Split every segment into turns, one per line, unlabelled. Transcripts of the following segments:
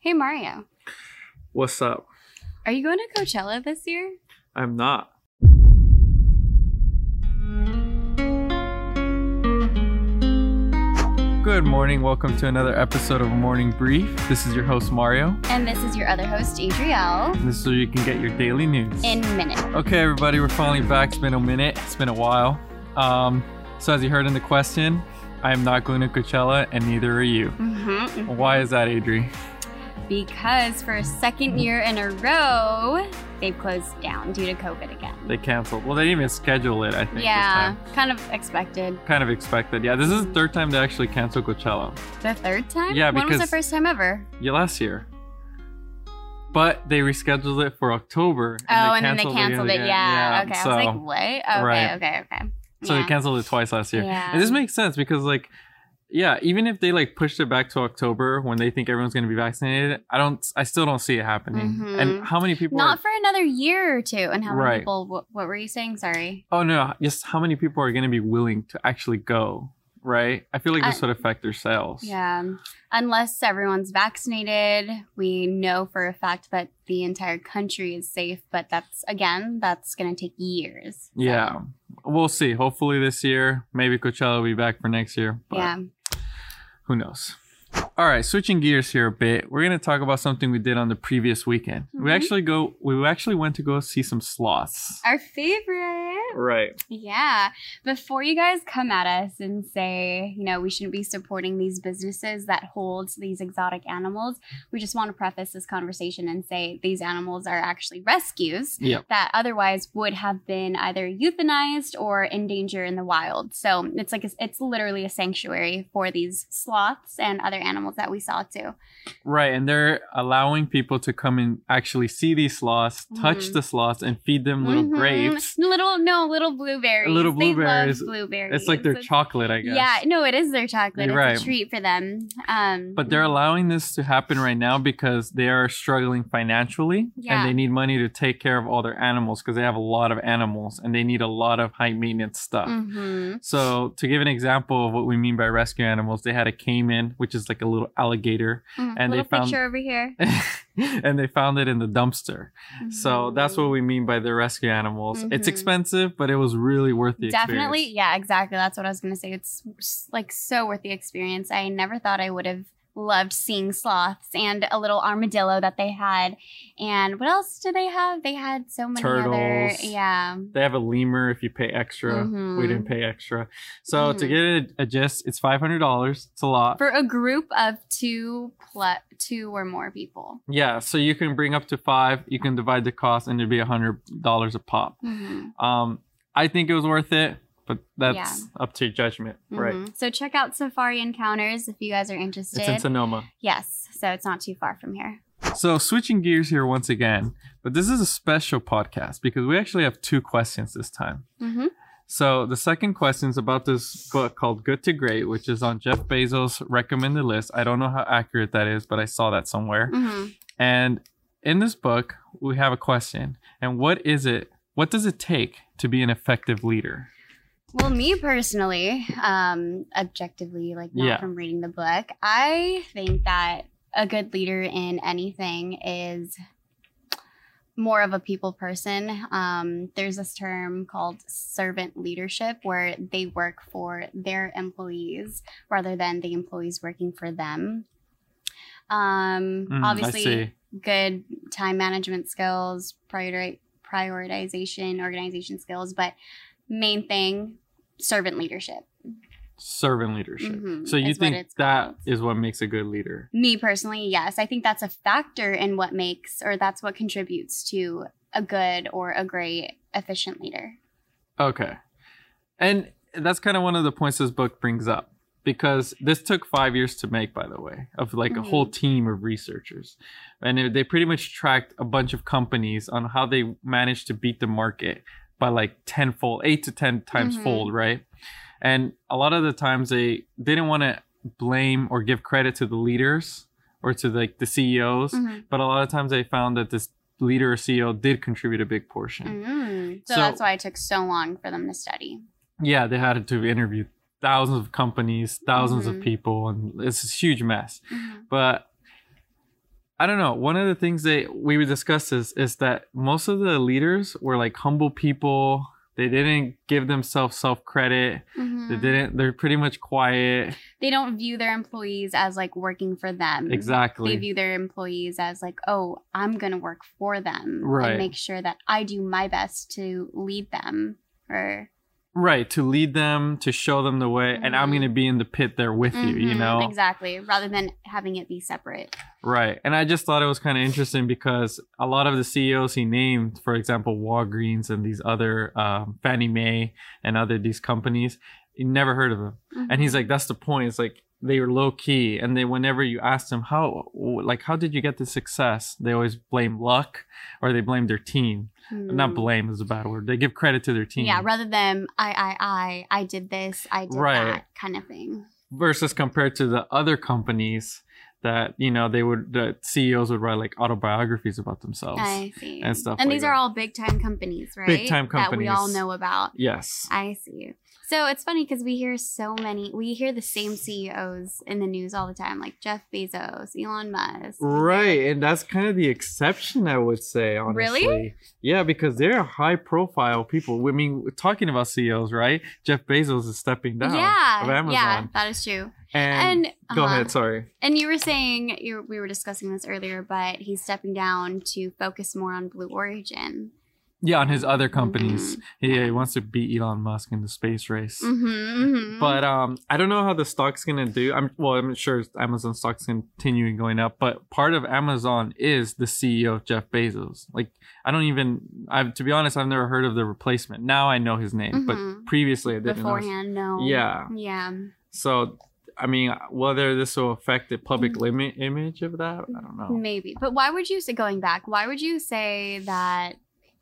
Hey, Mario,
What's up?
are you going to Coachella this year?
I'm not. Good morning. Welcome to another episode of Morning Brief. This is your host, Mario.
And this is your other host, Adrielle,
This is where you can get your daily news.
in minutes.
okay, everybody, we're finally back. It's been a minute, it's been a while. Um, so, as you heard in the question, I am not going to Coachella, and neither are you.
hmm
Why is that, Adri?
Because for a second year in a row, they've closed down due to COVID again.
They canceled. Well, they didn't even schedule it, I think. this
yeah,
time.
kind of expected.
Kind of expected. Yeah, this is the third time they actually canceled Coachella.
The third time?
Yeah,
When was the
because-
first time ever?
yeah, last year. But they rescheduled it for October.
Oh, and then they canceled it.
again.
Yeah. Okay.
So,
I was like, what? Okay.
Right.
Okay. Okay.
so
yeah.
they canceled it twice last year.
Yeah.
And this makes sense because, like, yeah, even if they like pushed it back to October when they think everyone's going to be vaccinated, I don't, I still don't see it happening.
Mhm.
And how many people?
Not
are,
for another year or two. And how many
Right.
people? What, what were you saying? Sorry.
oh no, just how many people are going to be willing to actually go? Right. I feel like this
I-
would affect their sales.
Yeah. Unless everyone's vaccinated, we know for a fact that the entire country is safe, but that's again, that's going to take years. So,
Yeah. We'll see. Hopefully this year. Maybe Coachella will be back for next year. But
yeah.
who knows? All right, switching gears here a bit. We're gonna talk about something we did on the previous weekend. We
Mhm.
actually go. We actually went to go see some sloths.
Our favorite.
Right.
Yeah. Before you guys come at us and say, you know, we shouldn't be supporting these businesses that hold these exotic animals, we just want to preface this conversation and say these animals are actually rescues
Yeah.
that otherwise would have been either euthanized or in danger in the wild. So it's like a, it's literally a sanctuary for these sloths and other animals that we saw too.
Right, and they're allowing people to come and actually see these sloths, touch
Mhm.
the sloths, and feed them little
Mhm.
grapes.
little no, little blueberries.
Little
They love
blueberries.
blueberries.
It's like their chocolate, I guess.
Yeah, no, it is their chocolate.
You're
It's
right.
a treat for them. Um,
But they're allowing this to happen right now because they are struggling financially
Yeah.
and they need money to take care of all their animals because they have a lot of animals and they need a lot of high maintenance stuff.
Mhm.
So, to give an example of what we mean by rescue animals, they had a caiman, which is like a little alligator,
Mm,
And they
little
found-
picture over here.
and they found it in the dumpster. So, that's what we mean by the rescue animals. It's
Mhm.
expensive, but it was really worth the
Definitely,
experience.
yeah, exactly. That's what I was gonna say. It's s- like so worth the experience. I never thought I would have loved seeing sloths and a little armadillo that they had. And what else do they have? They had so many other,
Turtles.
yeah.
They have a lemur if you pay extra. We
Mhm.
didn't pay extra. So, to
Mhm.
get it a gist, it's $500. It's a lot.
For a group of two plus two or more people.
yeah, so you can bring up to five. You can divide the cost, and it'd be $100 a pop.
Mhm,
Um, I think it was worth it, but that's up to your judgment, right?
mhm. So check out Safari Encounters if you guys are interested.
It's in Sonoma.
yes. So it's not too far from here.
So, switching gears here once again, but this is a special podcast because we actually have two questions this time.
Mm-hmm.
So, the second question is about this book called Good to Great, which is on Jeff Bezos' recommended list. I don't know how accurate that is, but I saw that somewhere.
Mm-hmm.
And in this book, we have a question. And what is it? What does it take to be an effective leader?
Well, me personally, um, objectively, like not
Yeah.
from reading the book, I think that a good leader in anything is more of a people person. Um, there's this term called servant leadership where they work for their employees rather than the employees working for them. Um,
Mm, I
obviously,
see.
good time management skills, priori- prioritization, organization skills, but main thing, servant leadership.
Servant leadership.
Mhm,
So, you
is what
think
it's
that
called.
is what makes a good leader?
Me personally, yes, I think that's a factor in what makes or that's what contributes to a good or a great efficient leader.
Okay. And that's kind of one of the points this book brings up because this took five years to make, by the way, of like a whole team of researchers. And it- they pretty much tracked a bunch of companies on how they managed to beat the market by like tenfold, eight to 10 times
Mhm.
fold, right? And a lot of the times they didn't want to blame or give credit to the leaders or to like the CEOs,
Mhm.
but a lot of times they found that this leader or CEO did contribute a big portion.
Mm. So,
So-
that's why it took so long for them to study.
yeah they had to interview thousands of companies 1000s
Mhm.
Mm-hmm. of people and it's a huge mess
Mhm.
but I don't know. One of the things that we discussed is is that most of the leaders were like humble people. They didn't give themselves self credit.
Mhm.
They didn't. They're pretty much quiet.
They don't view their employees as like working for them. They
Exactly.
view their employees as like, oh, I'm gonna work for them
Right.
and make sure that I do my best to lead them. Or
right to lead them, to show them the way, and I'm
Mhm.
gonna be in the pit there with you. You
Mhm,
know.
exactly, rather than having it be separate.
Right. And I just thought it was kind of interesting because a lot of the CEOs he named, for example, Walgreens and these other um, Fannie Mae and other these companies, you never heard of them. And he's like, that's the point. It's like they were low key. And then whenever you ask them how, like, how did you get the success? They always blame luck or they blame their team.
Mhm.
Not blame is a bad word. They give credit to their team.
Yeah, rather than I, I, I, I did this, I did
Right.
that kind of thing.
versus compared to the other companies that, you know, they would, the CEOs would write like autobiographies about themselves.
I see.
and stuff
And
like
these
that.
are all big time companies, right?
Big-time
that we all
companies.
know about.
Yes.
I see. So it's funny because we hear so many, we hear the same CEOs in the news all the time, like Jeff Bezos, Elon Musk.
Right, and that's kind of the exception, I would say. Honestly,
Really?
yeah, because they're high-profile people. I mean, talking about CEOs, right? Jeff Bezos is stepping down
yeah,
of Amazon,
yeah, that is true.
and,
And
go
uh-huh.
ahead. Sorry,
And you were saying you we were discussing this earlier, but he's stepping down to focus more on Blue Origin.
yeah, on his other companies,
Mhm.
yeah, he wants to beat Elon Musk in the space race.
Mm-hmm,
But um, I don't know how the stock's gonna do. I'm well, I'm sure Amazon stock's continuing going up. But part of Amazon is the CEO of Jeff Bezos. Like I don't even. I've to be honest, I've never heard of the replacement. Now I know his name,
Mhm.
but previously I didn't. know his-
beforehand, no.
Yeah.
Yeah.
So I mean, whether this will affect the public
Mm-hmm.
limit image of that, I don't know.
Maybe. But why would you say going back, why would you say that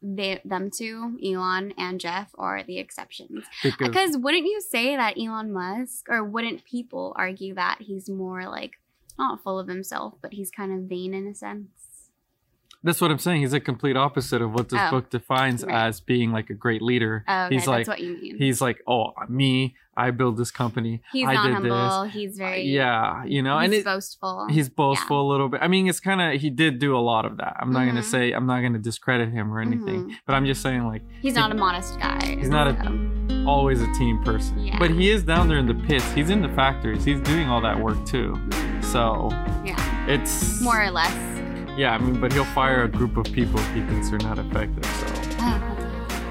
they them two, Elon and Jeff, are the exceptions?
Because
Because wouldn't you say that Elon Musk or wouldn't people argue that he's more like not full of himself, but he's kind of vain in a sense?
that's what I'm saying. He's a complete opposite of what this
Oh,
book defines
right.
as being like a great leader.
Oh, okay,
he's
that's
like
what you mean.
he's like, oh, me, I build this company.
he's
I
not
did this.
humble, he's very
yeah, you know,
he's
and it,
boastful.
he's boastful a little bit. I mean, it's kind of he did do a lot of that. I'm not gonna
Mhm.
say I'm not gonna discredit him or anything,
Mhm.
but I'm just saying like
He's not a modest guy.
He's not a-
so.
always a team person.
Yeah.
But he is down there in the pits. He's in the factories. He's doing all that work too. So
Yeah.
it's
more or less.
Yeah, I mean, but he'll fire a group of people if he thinks they're not effective. So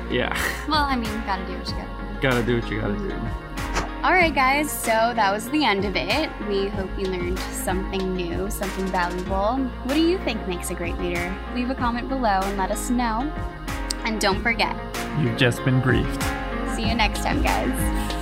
yeah,
well, I mean, gotta do what you gotta do.
gotta do what you gotta do.
All right, guys, so that was the end of it. We hope you learned something new, something valuable. What do you think makes a great leader? Leave a comment below and let us know. And don't forget,
You've just been briefed.
see you next time, guys.